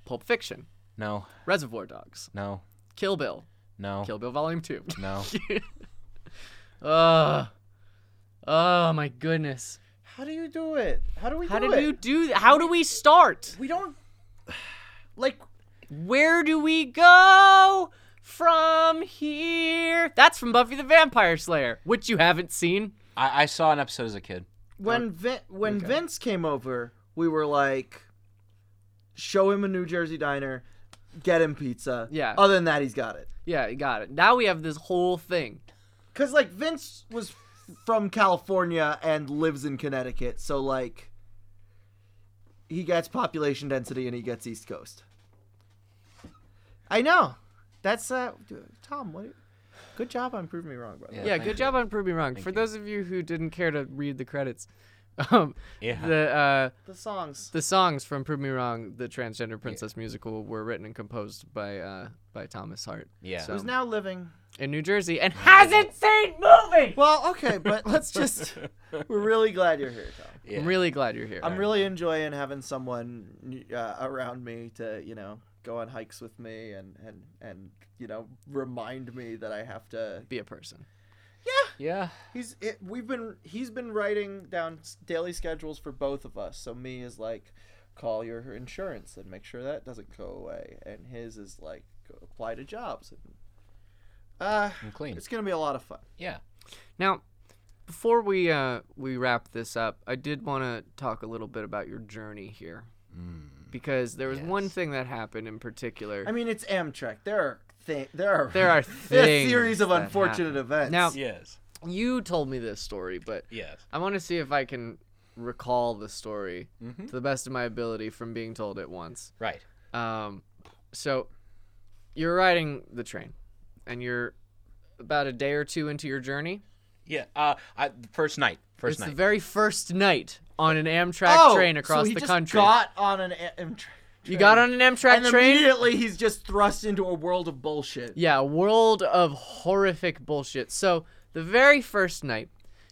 Speaker 1: Pulp Fiction.
Speaker 3: No.
Speaker 1: Reservoir Dogs.
Speaker 3: No.
Speaker 1: Kill Bill.
Speaker 3: No.
Speaker 1: Kill Bill Volume 2.
Speaker 3: No.
Speaker 1: Ugh. Oh my goodness.
Speaker 2: How do you do it? How do we
Speaker 1: How
Speaker 2: do
Speaker 1: did
Speaker 2: it?
Speaker 1: you do th- How do we start?
Speaker 2: We don't like
Speaker 1: Where do we go from here? That's from Buffy the Vampire Slayer, which you haven't seen.
Speaker 3: I, I saw an episode as a kid.
Speaker 1: Oh,
Speaker 2: when Vin- when Vince came over, we were like show him a New Jersey diner, get him pizza.
Speaker 1: Yeah.
Speaker 2: Other than that, he's got it.
Speaker 1: Yeah, you got it. Now we have this whole thing.
Speaker 2: Cuz like Vince was from California and lives in Connecticut, so like he gets population density and he gets East Coast. I know. That's uh dude, Tom, what Good job on proving me wrong, by the way.
Speaker 1: Yeah,
Speaker 3: thank
Speaker 1: good job on Prove Me Wrong. For those of you who didn't care to read the credits, Um,
Speaker 3: Yeah.
Speaker 1: the uh,
Speaker 2: The songs.
Speaker 1: the songs from "Prove Me Wrong," the Transgender Princess musical, were written and composed by uh, by Thomas Hart.
Speaker 3: Yeah.
Speaker 1: So-
Speaker 2: Who's now living?
Speaker 1: in New Jersey and hasn't seen movie.
Speaker 2: Well, okay, but let's just. We're really glad you're here, Tom.
Speaker 3: yeah.
Speaker 1: I'm really glad you're here.
Speaker 2: I'm really enjoying having someone uh, around me to, you know, go on hikes with me and and and you know remind me that I have to.
Speaker 1: be a person.
Speaker 3: yeah.
Speaker 2: He's it, we've been he's been writing down s- daily schedules for both of us. So me is like, call your insurance and make sure that doesn't go away, and his is like go apply to jobs. And, uh,
Speaker 3: I'm clean.
Speaker 2: it's gonna be a lot of fun.
Speaker 3: Yeah.
Speaker 1: Now, before we uh, we wrap this up, I did want to talk a little bit about your journey here
Speaker 2: Mm.
Speaker 1: because there was one
Speaker 3: yes.
Speaker 1: thing that happened in particular.
Speaker 2: I mean, it's Amtrak. There are thi- there are
Speaker 1: there are
Speaker 2: They're
Speaker 1: things
Speaker 2: a series of
Speaker 1: that
Speaker 2: unfortunate events.
Speaker 1: Now-
Speaker 3: Yes.
Speaker 1: happen- You told me this story, but
Speaker 3: Yes.
Speaker 1: I want to see if I can recall the story
Speaker 2: Mm-hmm.
Speaker 3: Mhm.
Speaker 1: to the best of my ability from being told it once.
Speaker 3: Right.
Speaker 1: Um, so you're riding the train, and you're about a day or two into your journey.
Speaker 3: Yeah. Uh, I, first night. First
Speaker 1: it's
Speaker 3: night.
Speaker 1: the very first night on an Amtrak train across
Speaker 2: Oh, so he
Speaker 1: the
Speaker 2: just
Speaker 1: country.
Speaker 2: Got on an Amtrak.
Speaker 1: you got on an Amtrak
Speaker 2: and
Speaker 1: train.
Speaker 2: immediately he's just thrust into a world of bullshit.
Speaker 1: Yeah, a world of horrific bullshit. So the very first night,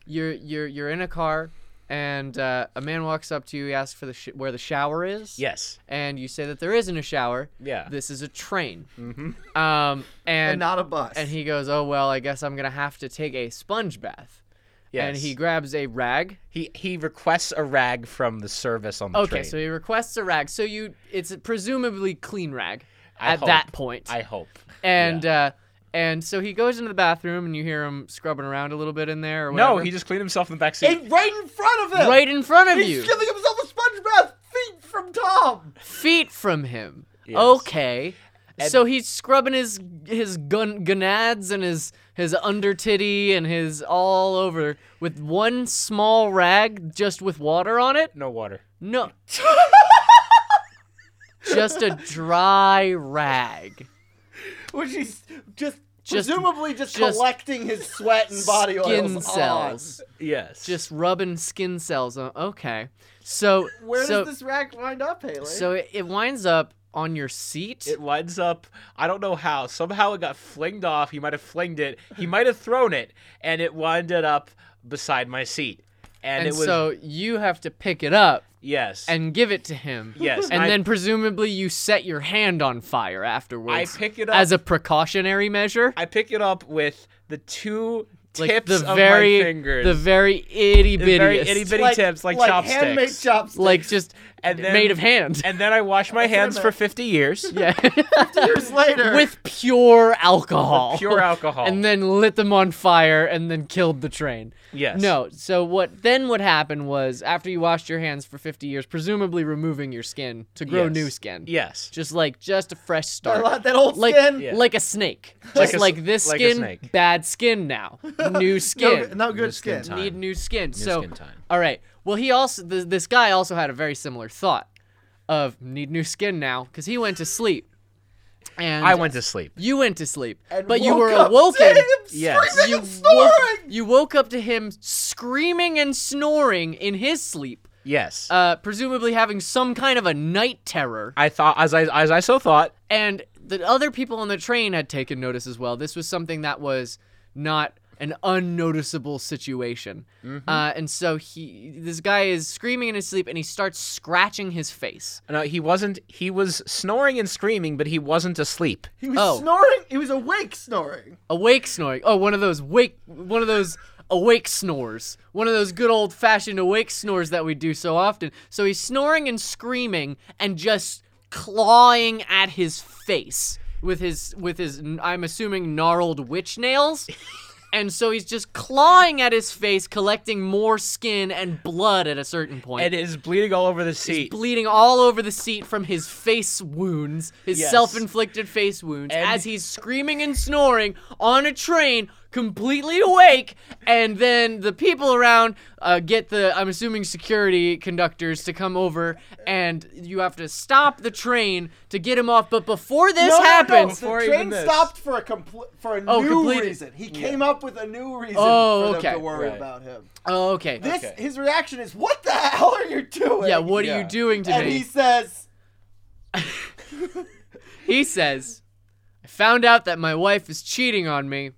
Speaker 1: you're you're you're in a car, and uh, a man walks up to you. He asks for the sh- where the shower is.
Speaker 3: yes.
Speaker 1: And you say that there isn't a shower.
Speaker 3: Yeah.
Speaker 1: This is a train. Mm-hmm. Um, and,
Speaker 2: And not a bus.
Speaker 1: and he goes, "Oh well, I guess I'm gonna have to take a sponge bath."
Speaker 3: Yes.
Speaker 1: And he grabs a rag.
Speaker 3: he he requests a rag from the service on the
Speaker 1: Okay,
Speaker 3: train.
Speaker 1: so he requests a rag. So you, it's a presumably clean rag
Speaker 3: I
Speaker 1: at
Speaker 3: hope.
Speaker 1: that point.
Speaker 3: I hope.
Speaker 1: and uh, and so he goes into the bathroom, and you hear him scrubbing around a little bit in there. Or
Speaker 3: No,
Speaker 1: whatever,
Speaker 3: he just cleaned himself in the back seat.
Speaker 2: And right in front of him.
Speaker 1: right in front of
Speaker 2: He's
Speaker 1: you,
Speaker 2: giving himself a sponge bath feet from Tom.
Speaker 1: feet from him.
Speaker 3: Yes.
Speaker 1: Okay. so he's scrubbing his his gun gonads and his his under titty and his all over with one small rag just with water on it.
Speaker 3: no water.
Speaker 1: No. just a dry rag.
Speaker 2: Which he's just,
Speaker 1: Just-
Speaker 2: presumably just,
Speaker 1: just
Speaker 2: collecting his sweat and body
Speaker 1: Skin
Speaker 2: oils
Speaker 1: cells.
Speaker 3: Yes.
Speaker 1: Just rubbing skin cells. on- Okay. So
Speaker 2: on. Where
Speaker 1: so,
Speaker 2: does this rack wind up, Haley?
Speaker 1: so it, it winds up on your seat.
Speaker 3: It winds up. I don't know how. Somehow it got flinged off. He might have flinged it. He might have thrown it, and it winded up beside my seat. And,
Speaker 1: and
Speaker 3: it was
Speaker 1: so you have to pick it up
Speaker 3: yes.
Speaker 1: and give it to him.
Speaker 3: Yes,
Speaker 1: And
Speaker 3: I-
Speaker 1: then presumably you set your hand on fire
Speaker 3: I
Speaker 1: afterwards.
Speaker 3: pick it up
Speaker 1: as a precautionary measure.
Speaker 3: I pick it up with the two
Speaker 1: like
Speaker 3: tips
Speaker 1: the
Speaker 3: of
Speaker 1: very
Speaker 3: my fingers.
Speaker 1: the very itty
Speaker 3: The very
Speaker 1: bitty
Speaker 3: itty bitty tips, like, chopsticks.
Speaker 2: handmade chopsticks.
Speaker 1: like just
Speaker 3: And then-
Speaker 1: made of hand.
Speaker 3: and then I wash my hands
Speaker 2: enough.
Speaker 3: for 50 years.
Speaker 1: yeah.
Speaker 2: years later.
Speaker 1: with pure alcohol.
Speaker 3: Pure alcohol.
Speaker 1: And then lit them on fire and then killed the train.
Speaker 3: yes.
Speaker 1: No, so what then what happened was after you washed your hands for 50 years, presumably removing your skin to grow
Speaker 3: Yes.
Speaker 1: new skin.
Speaker 3: Yes.
Speaker 1: Just like just a fresh
Speaker 2: I
Speaker 1: start.
Speaker 2: like that old
Speaker 1: like
Speaker 2: skin.
Speaker 3: Yeah.
Speaker 1: like a snake.
Speaker 3: Like
Speaker 1: Just
Speaker 3: a s-
Speaker 1: like this
Speaker 3: like a
Speaker 1: skin,
Speaker 3: snake.
Speaker 1: bad skin now. New
Speaker 2: No,
Speaker 1: skin.
Speaker 2: no good
Speaker 3: New skin
Speaker 2: skin.
Speaker 3: time.
Speaker 1: Need new skin. so
Speaker 3: skin time.
Speaker 1: all right. Well, he also th- this guy also had a very similar thought of need new skin now because he went to sleep. And
Speaker 3: I went to sleep.
Speaker 1: You went to sleep,
Speaker 2: And
Speaker 1: but you
Speaker 2: woke
Speaker 1: were
Speaker 2: up
Speaker 1: awoken.
Speaker 2: seeing him
Speaker 3: Yes.
Speaker 2: screaming
Speaker 1: You
Speaker 2: and
Speaker 1: woke,
Speaker 2: snoring.
Speaker 1: you woke up to him screaming and snoring in his sleep,
Speaker 3: Yes.
Speaker 1: uh, presumably having some kind of a night terror.
Speaker 3: I thought as I as I so thought.
Speaker 1: And the other people on the train had taken notice as well. This was something that was not an unnoticeable situation. Uh, and so he, this guy is screaming in his sleep, and he starts scratching his face.
Speaker 3: No, he wasn't. He was snoring and screaming, but he wasn't asleep.
Speaker 2: He was
Speaker 1: Oh.
Speaker 2: snoring. He was awake snoring.
Speaker 1: awake snoring. Oh, one of those wake, one of those awake snores. One of those good old fashioned awake snores that we do so often. So he's snoring and screaming and just clawing at his face with his with his I'm assuming gnarled witch nails. And so he's just clawing at his face, collecting more skin and blood at a certain point.
Speaker 3: And it is bleeding all over the seat.
Speaker 1: bleeding all over the seat from his face wounds, his
Speaker 3: Yes.
Speaker 1: self-inflicted face wounds,
Speaker 3: And-
Speaker 1: as he's screaming and snoring on a train completely awake, and then the people around uh, get the, I'm assuming, security conductors to come over, and you have to stop the train to get him off. But before this happens,
Speaker 2: The
Speaker 3: Before even
Speaker 2: train
Speaker 3: this.
Speaker 2: stopped for a compl- for a
Speaker 1: Oh,
Speaker 2: new
Speaker 1: completed.
Speaker 2: reason. He came up with a new reason
Speaker 1: Oh,
Speaker 2: for them
Speaker 1: okay.
Speaker 2: to worry
Speaker 3: Right.
Speaker 2: about him.
Speaker 1: oh, okay,
Speaker 2: This
Speaker 3: Okay.
Speaker 2: his reaction is, "What the hell are you doing?"
Speaker 1: yeah, what are
Speaker 3: yeah.
Speaker 1: you doing to
Speaker 2: And
Speaker 1: me?
Speaker 2: he says,
Speaker 1: He says, I found out that my wife is cheating on me,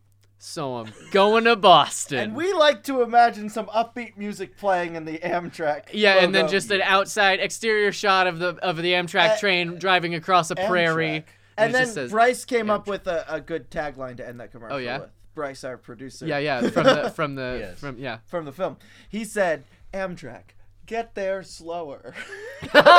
Speaker 1: so I'm going to Boston.
Speaker 2: and we like to imagine some upbeat music playing in the Amtrak.
Speaker 1: yeah, and then
Speaker 2: logo.
Speaker 1: just an outside exterior shot of the of the Amtrak
Speaker 2: Uh,
Speaker 1: train driving across a prairie.
Speaker 2: Amtrak. And
Speaker 1: it
Speaker 2: then
Speaker 1: just says-
Speaker 2: Bryce came up with a, a good tagline to end that commercial
Speaker 1: Oh, yeah?
Speaker 2: with. Bryce, our producer.
Speaker 1: Yeah, yeah, from the from the
Speaker 3: Yes.
Speaker 1: from yeah.
Speaker 2: from the film. He said, Amtrak, get there slower.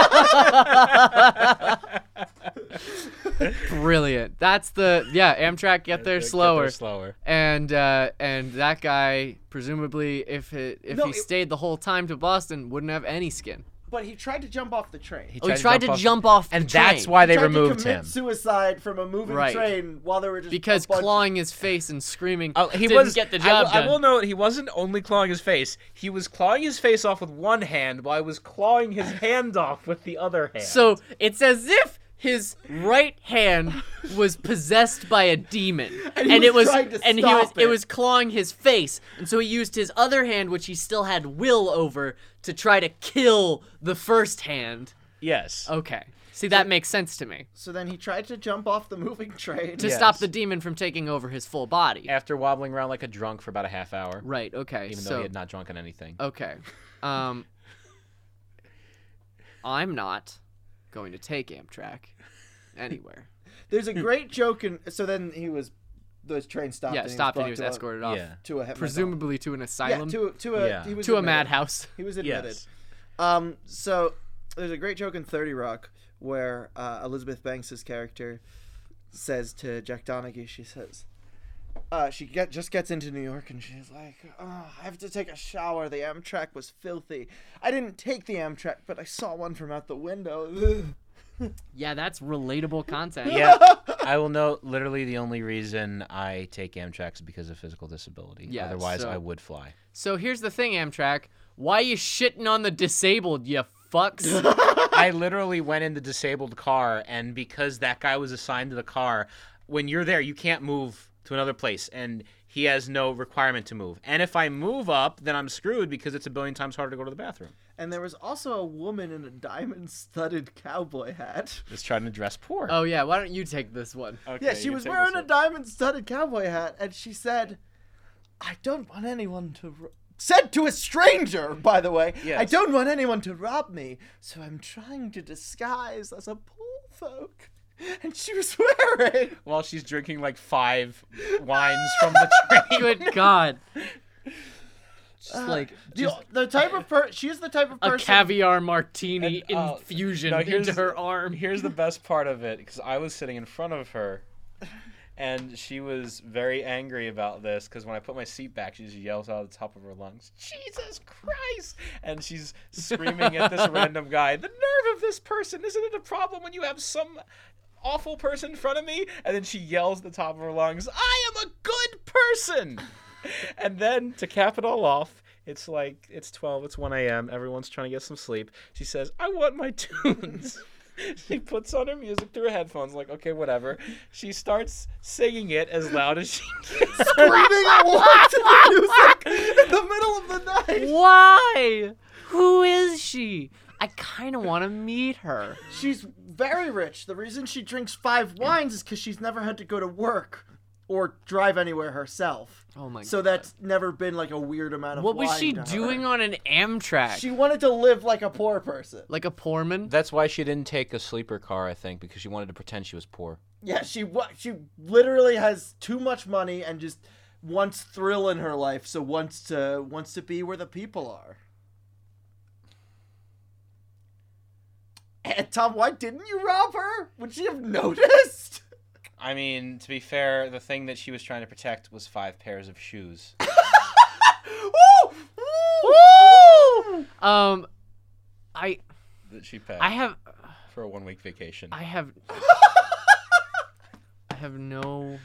Speaker 1: Brilliant. That's the yeah, Amtrak get there
Speaker 3: Get
Speaker 1: slower.
Speaker 3: slower.
Speaker 1: and uh and that guy presumably if it, if
Speaker 2: No,
Speaker 1: he
Speaker 2: it-
Speaker 1: stayed the whole time to Boston wouldn't have any skin.
Speaker 2: but he tried to jump off the train.
Speaker 1: Oh, he tried to jump, off the
Speaker 3: and that's
Speaker 1: train.
Speaker 3: why they
Speaker 2: tried
Speaker 3: removed
Speaker 2: to commit
Speaker 3: him.
Speaker 2: suicide from a moving
Speaker 1: Right.
Speaker 2: train while they were just
Speaker 1: because
Speaker 2: a bunch-
Speaker 1: clawing his face and screaming
Speaker 3: Oh, he
Speaker 1: didn't
Speaker 3: was
Speaker 1: get the
Speaker 3: I
Speaker 1: job
Speaker 3: will- I,
Speaker 1: done.
Speaker 3: will note he wasn't only clawing his face; he was clawing his face off with one hand while he was clawing his hand off with the other hand.
Speaker 1: So it's as if his right hand was possessed by a demon,
Speaker 2: And he
Speaker 1: it
Speaker 2: was
Speaker 1: was
Speaker 2: trying to
Speaker 1: and he
Speaker 2: stop
Speaker 1: was it.
Speaker 2: it.
Speaker 1: was clawing his face, and so he used his other hand, which he still had will over, to try to kill the first hand.
Speaker 3: yes,
Speaker 1: Okay, see that makes sense to me
Speaker 2: So then he tried to jump off the moving train.
Speaker 1: to
Speaker 3: Yeah.
Speaker 1: stop
Speaker 3: Yes.
Speaker 1: the demon from taking over his full body.
Speaker 3: after wobbling around like a drunk for about a half hour,
Speaker 1: Right. Okay.
Speaker 3: even
Speaker 1: so
Speaker 3: though he had not drunken anything.
Speaker 1: okay, um, I'm not going to take Amtrak anywhere.
Speaker 2: There's a great joke in. So then he was, the train stopped.
Speaker 1: yeah,
Speaker 2: and he
Speaker 1: stopped and
Speaker 2: brought
Speaker 1: he was
Speaker 2: to a-
Speaker 1: escorted off.
Speaker 3: Yeah.
Speaker 2: to a mental-
Speaker 1: presumably to an
Speaker 2: Yeah,
Speaker 1: asylum,
Speaker 2: to a, to a
Speaker 3: Yeah.
Speaker 2: he was
Speaker 1: to a
Speaker 2: admitted.
Speaker 1: madhouse.
Speaker 2: He was admitted.
Speaker 3: Yes.
Speaker 2: Um, so there's a great joke in Thirty Rock where uh, Elizabeth Banks' character says to Jack Donaghy, she says, uh, she get just gets into New York and she's like, oh, I have to take a shower. The Amtrak was filthy. I didn't take the Amtrak, but I saw one from out the window. Ugh."
Speaker 1: Yeah, that's relatable content.
Speaker 3: Yeah, I will note literally the only reason I take Amtrak is because of physical disability.
Speaker 1: Yeah,
Speaker 3: Otherwise,
Speaker 1: so-
Speaker 3: I would fly.
Speaker 1: So here's the thing, Amtrak. Why you shitting on the disabled, you fucks?
Speaker 3: I literally went in the disabled car, and because that guy was assigned to the car, when you're there, you can't move to another place, and he has no requirement to move. And if I move up, then I'm screwed because it's a billion times harder to go to the bathroom.
Speaker 2: and there was also a woman in a diamond-studded cowboy hat.
Speaker 3: Just trying to dress poor.
Speaker 1: oh yeah, why don't you take this one?
Speaker 3: Okay,
Speaker 2: Yeah, she was wearing a diamond studded cowboy hat, and she said, I don't want anyone to. Ro-. Said to a stranger, by the way, I
Speaker 3: Yes.
Speaker 2: don't want anyone to rob me, so I'm trying to disguise as a poor folk. And she was wearing.
Speaker 3: while she's drinking like five wines from the train.
Speaker 1: Good God. Just like just
Speaker 2: uh, the, the type of per- she is the type of
Speaker 1: a
Speaker 2: person.
Speaker 1: caviar martini
Speaker 3: And, oh,
Speaker 1: infusion
Speaker 3: no, here's-
Speaker 1: into her arm.
Speaker 3: Here's the best part of it because I was sitting in front of her, and she was very angry about this because when I put my seat back, she just yells out of the top of her lungs, "Jesus Christ!" And she's screaming at this random guy, "The nerve of this person! Isn't it a problem when you have some?" Awful person in front of me, and then she yells at the top of her lungs, I am a good person! and then to cap it all off, it's like it's 12, it's 1 a.m., everyone's trying to get some sleep. She says, I want my tunes. she puts on her music through her headphones, like, okay, whatever. She starts singing it as loud as she can.
Speaker 2: screaming at one to the music in the middle of the night.
Speaker 1: Why? Who is she? I kind of want to meet her.
Speaker 2: She's very rich. The reason she drinks five wines is because she's never had to go to work or drive anywhere herself.
Speaker 1: Oh my
Speaker 2: So
Speaker 1: God.
Speaker 2: that's never been like a weird amount of.
Speaker 1: What was
Speaker 2: wine
Speaker 1: she
Speaker 2: to her.
Speaker 1: doing on an Amtrak?
Speaker 2: She wanted to live like a poor person.
Speaker 1: like a poorman?
Speaker 3: That's why she didn't take a sleeper car, I think, because she wanted to pretend she was poor.
Speaker 2: Yeah, she wa- she literally has too much money and just wants thrill in her life. So wants to wants to be where the people are. And Eh, Tom, why didn't you rob her? Would she have noticed?
Speaker 3: I mean, to be fair, the thing that she was trying to protect was five pairs of shoes.
Speaker 2: Woo! Woo!
Speaker 1: Um, I
Speaker 3: that she packed
Speaker 1: I have
Speaker 3: for a one week vacation.
Speaker 1: I have I have no w-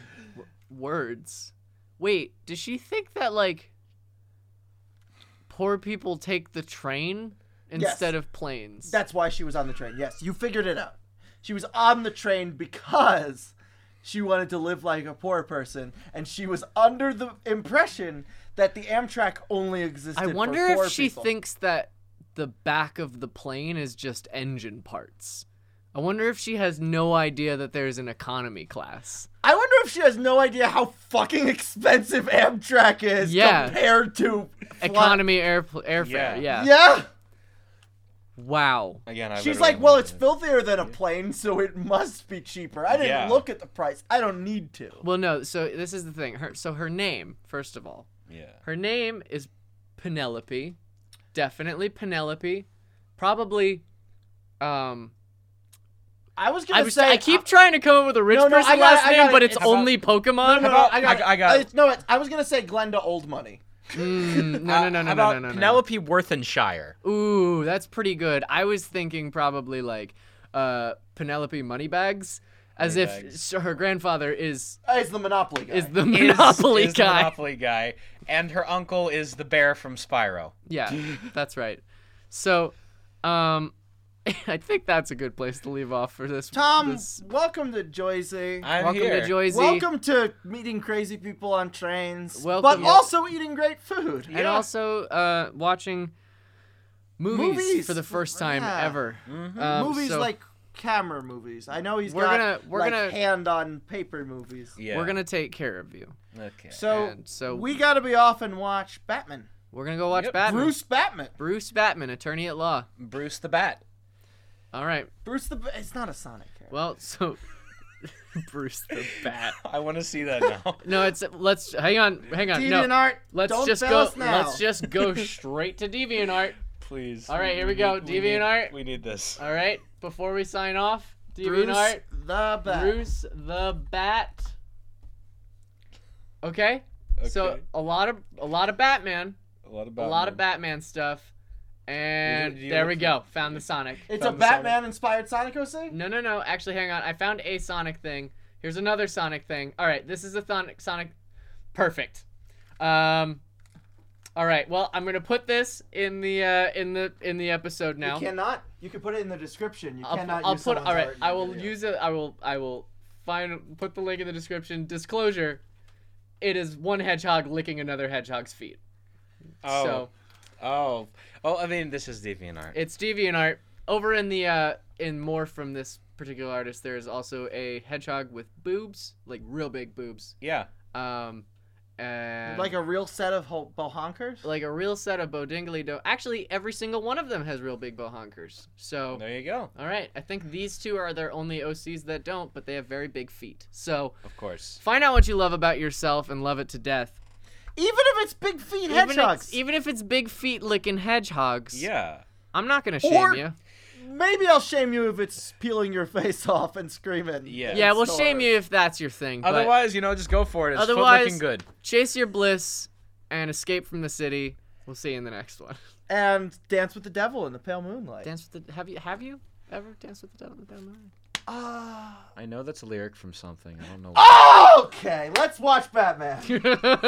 Speaker 1: words. wait, does she think that like poor people take the train instead of planes?
Speaker 2: That's why she was on the train. Yes, you figured it out. She was on the train because she wanted to live like a poor person, and she was under the impression that the Amtrak only existed.
Speaker 1: I
Speaker 2: for
Speaker 1: wonder if
Speaker 2: poor
Speaker 1: she
Speaker 2: people.
Speaker 1: thinks that the back of the plane is just engine parts. I wonder if she has no idea that there's an economy class.
Speaker 2: I wonder if she has no idea how fucking expensive Amtrak is
Speaker 1: Yeah.
Speaker 2: compared to fly-
Speaker 1: Economy air airfare,
Speaker 3: Yeah.
Speaker 1: yeah.
Speaker 2: Yeah,
Speaker 1: Wow.
Speaker 3: Again, I
Speaker 2: she's
Speaker 3: literally
Speaker 2: like, well, it's
Speaker 3: wondered.
Speaker 2: filthier than a plane, so it must be cheaper. I didn't
Speaker 3: Yeah.
Speaker 2: look at the price. I don't need to.
Speaker 1: Well, no. So this is the thing. Her so her name, first of all,
Speaker 3: Yeah.
Speaker 1: her name is Penelope. Definitely Penelope. Probably. Um,
Speaker 2: I was gonna
Speaker 1: I, was,
Speaker 2: say uh,
Speaker 1: I keep trying to come up with a rich
Speaker 2: No, no, I
Speaker 1: person
Speaker 2: got
Speaker 1: last
Speaker 2: it, I
Speaker 1: name,
Speaker 2: got
Speaker 1: but
Speaker 2: it.
Speaker 1: it's
Speaker 2: How
Speaker 1: only Pokemon.
Speaker 2: No, no,
Speaker 3: about-
Speaker 2: I got.
Speaker 3: I- I got
Speaker 2: uh,
Speaker 3: it.
Speaker 2: no, it's, I was gonna say Glenda Old Money.
Speaker 1: Mm, no, no, no, no,
Speaker 3: Uh,
Speaker 1: no,
Speaker 3: about
Speaker 1: no, no, no.
Speaker 3: Penelope Worthenshire.
Speaker 1: Ooh, that's pretty good. I was thinking probably like uh, Penelope Moneybags, as if
Speaker 3: Moneybags.
Speaker 1: s her grandfather is
Speaker 2: Uh, It's the Monopoly guy.
Speaker 1: is the
Speaker 3: is-
Speaker 1: Monopoly
Speaker 3: is the
Speaker 1: guy.
Speaker 3: Monopoly guy, and her uncle is the bear from Spyro.
Speaker 1: Yeah, that's right. So, um, I think that's a good place to leave off for this.
Speaker 2: Tom,
Speaker 1: this-
Speaker 2: welcome to Joyzy.
Speaker 3: I'm
Speaker 1: welcome
Speaker 3: here.
Speaker 1: to Joyzy.
Speaker 2: Welcome to meeting crazy people on trains,
Speaker 1: Welcome.
Speaker 2: but also eating great food.
Speaker 1: and also uh, watching movies,
Speaker 2: Movies.
Speaker 1: for the first time
Speaker 2: Yeah.
Speaker 1: ever.
Speaker 3: Mm-hmm.
Speaker 1: Um,
Speaker 2: movies
Speaker 1: so
Speaker 2: like camera movies. I know he's
Speaker 1: We're
Speaker 2: got
Speaker 1: gonna- we're
Speaker 2: like
Speaker 1: gonna-
Speaker 2: hand on paper movies.
Speaker 3: Yeah.
Speaker 1: we're gonna take care of you.
Speaker 3: Okay.
Speaker 2: So,
Speaker 1: And so-
Speaker 2: we got to be off and watch Batman.
Speaker 1: We're gonna go watch
Speaker 3: Yep.
Speaker 1: Batman.
Speaker 2: Bruce Batman.
Speaker 1: Bruce Batman, attorney at law.
Speaker 3: Bruce the Bat.
Speaker 1: All right.
Speaker 2: Bruce the Ba- it's not a Sonic character.
Speaker 1: Well, so Bruce the Bat.
Speaker 3: I want to see that now.
Speaker 1: No, it's let's hang on, hang on. No,
Speaker 2: DeviantArt,
Speaker 1: let's
Speaker 2: don't
Speaker 1: just
Speaker 2: tell
Speaker 1: go.
Speaker 2: us now.
Speaker 1: Let's just go straight to DeviantArt.
Speaker 3: Please.
Speaker 1: All right,
Speaker 3: we-
Speaker 1: here we
Speaker 3: we
Speaker 1: go.
Speaker 3: need- we
Speaker 1: DeviantArt.
Speaker 3: need- We need this.
Speaker 1: All right. Before we sign off,
Speaker 2: Bruce
Speaker 1: DeviantArt,
Speaker 2: the Bat.
Speaker 1: Bruce the Bat. Okay? So
Speaker 3: Okay.
Speaker 1: a lot of a lot of Batman,
Speaker 3: a lot of
Speaker 1: a
Speaker 3: Batman.
Speaker 1: lot of Batman stuff, and
Speaker 3: Did you- did you
Speaker 1: there
Speaker 3: look
Speaker 1: we
Speaker 3: for-
Speaker 1: go. Found the Sonic.
Speaker 2: It's a
Speaker 3: Found the Sonic.
Speaker 2: Batman inspired Sonic OC?
Speaker 1: No, no, no. Actually, hang on. I found a Sonic thing. Here's another Sonic thing. All right, this is a thon- Sonic. Perfect. Um. All right. Well, I'm gonna put this in the uh, in the in the episode now.
Speaker 2: You cannot. You can put it in the description. You
Speaker 1: I'll,
Speaker 2: cannot.
Speaker 1: I'll
Speaker 2: use
Speaker 1: put.
Speaker 2: someone's
Speaker 1: All right.
Speaker 2: art in
Speaker 1: I
Speaker 2: your
Speaker 1: will
Speaker 2: video.
Speaker 1: use it. I will. I will find. Put the link in the description. Disclosure. It is one hedgehog licking another hedgehog's feet.
Speaker 3: Oh.
Speaker 1: So
Speaker 3: Oh. Oh. I mean, this is DeviantArt.
Speaker 1: it's DeviantArt. Over in the uh, in more from this particular artist, there is also a hedgehog with boobs, like real big boobs.
Speaker 3: yeah.
Speaker 1: Um, and
Speaker 2: Like a real set of ho- bohonkers?
Speaker 1: like a real set of Bodingly do. Actually, every single one of them has real big bohonkers. So,
Speaker 3: There you go.
Speaker 1: all right, I think these two are their only OCs that don't, but they have very big feet. So,
Speaker 3: Of course.
Speaker 1: find out what you love about yourself and love it to death.
Speaker 2: Even if it's big feet hedgehogs.
Speaker 1: Even, if it's, even if it's big feet licking hedgehogs.
Speaker 3: Yeah.
Speaker 1: I'm not gonna shame
Speaker 2: Or-
Speaker 1: you.
Speaker 2: Maybe I'll shame you if it's peeling your face off and screaming.
Speaker 3: Yeah.
Speaker 1: Yeah,
Speaker 2: and
Speaker 1: we'll
Speaker 2: so
Speaker 1: shame
Speaker 2: on.
Speaker 1: you if that's your thing. but
Speaker 3: Otherwise, you know, just go for it. It's
Speaker 1: Otherwise-
Speaker 3: foot looking good.
Speaker 1: chase your bliss and escape from the city. We'll see you in the next one.
Speaker 2: And dance with the devil in the pale moonlight.
Speaker 1: Dance with the have you have you ever danced with the devil? Down the line?
Speaker 2: Ah.
Speaker 1: Oh!
Speaker 3: I know that's a lyric from something. I don't know.
Speaker 2: okay, let's watch Batman.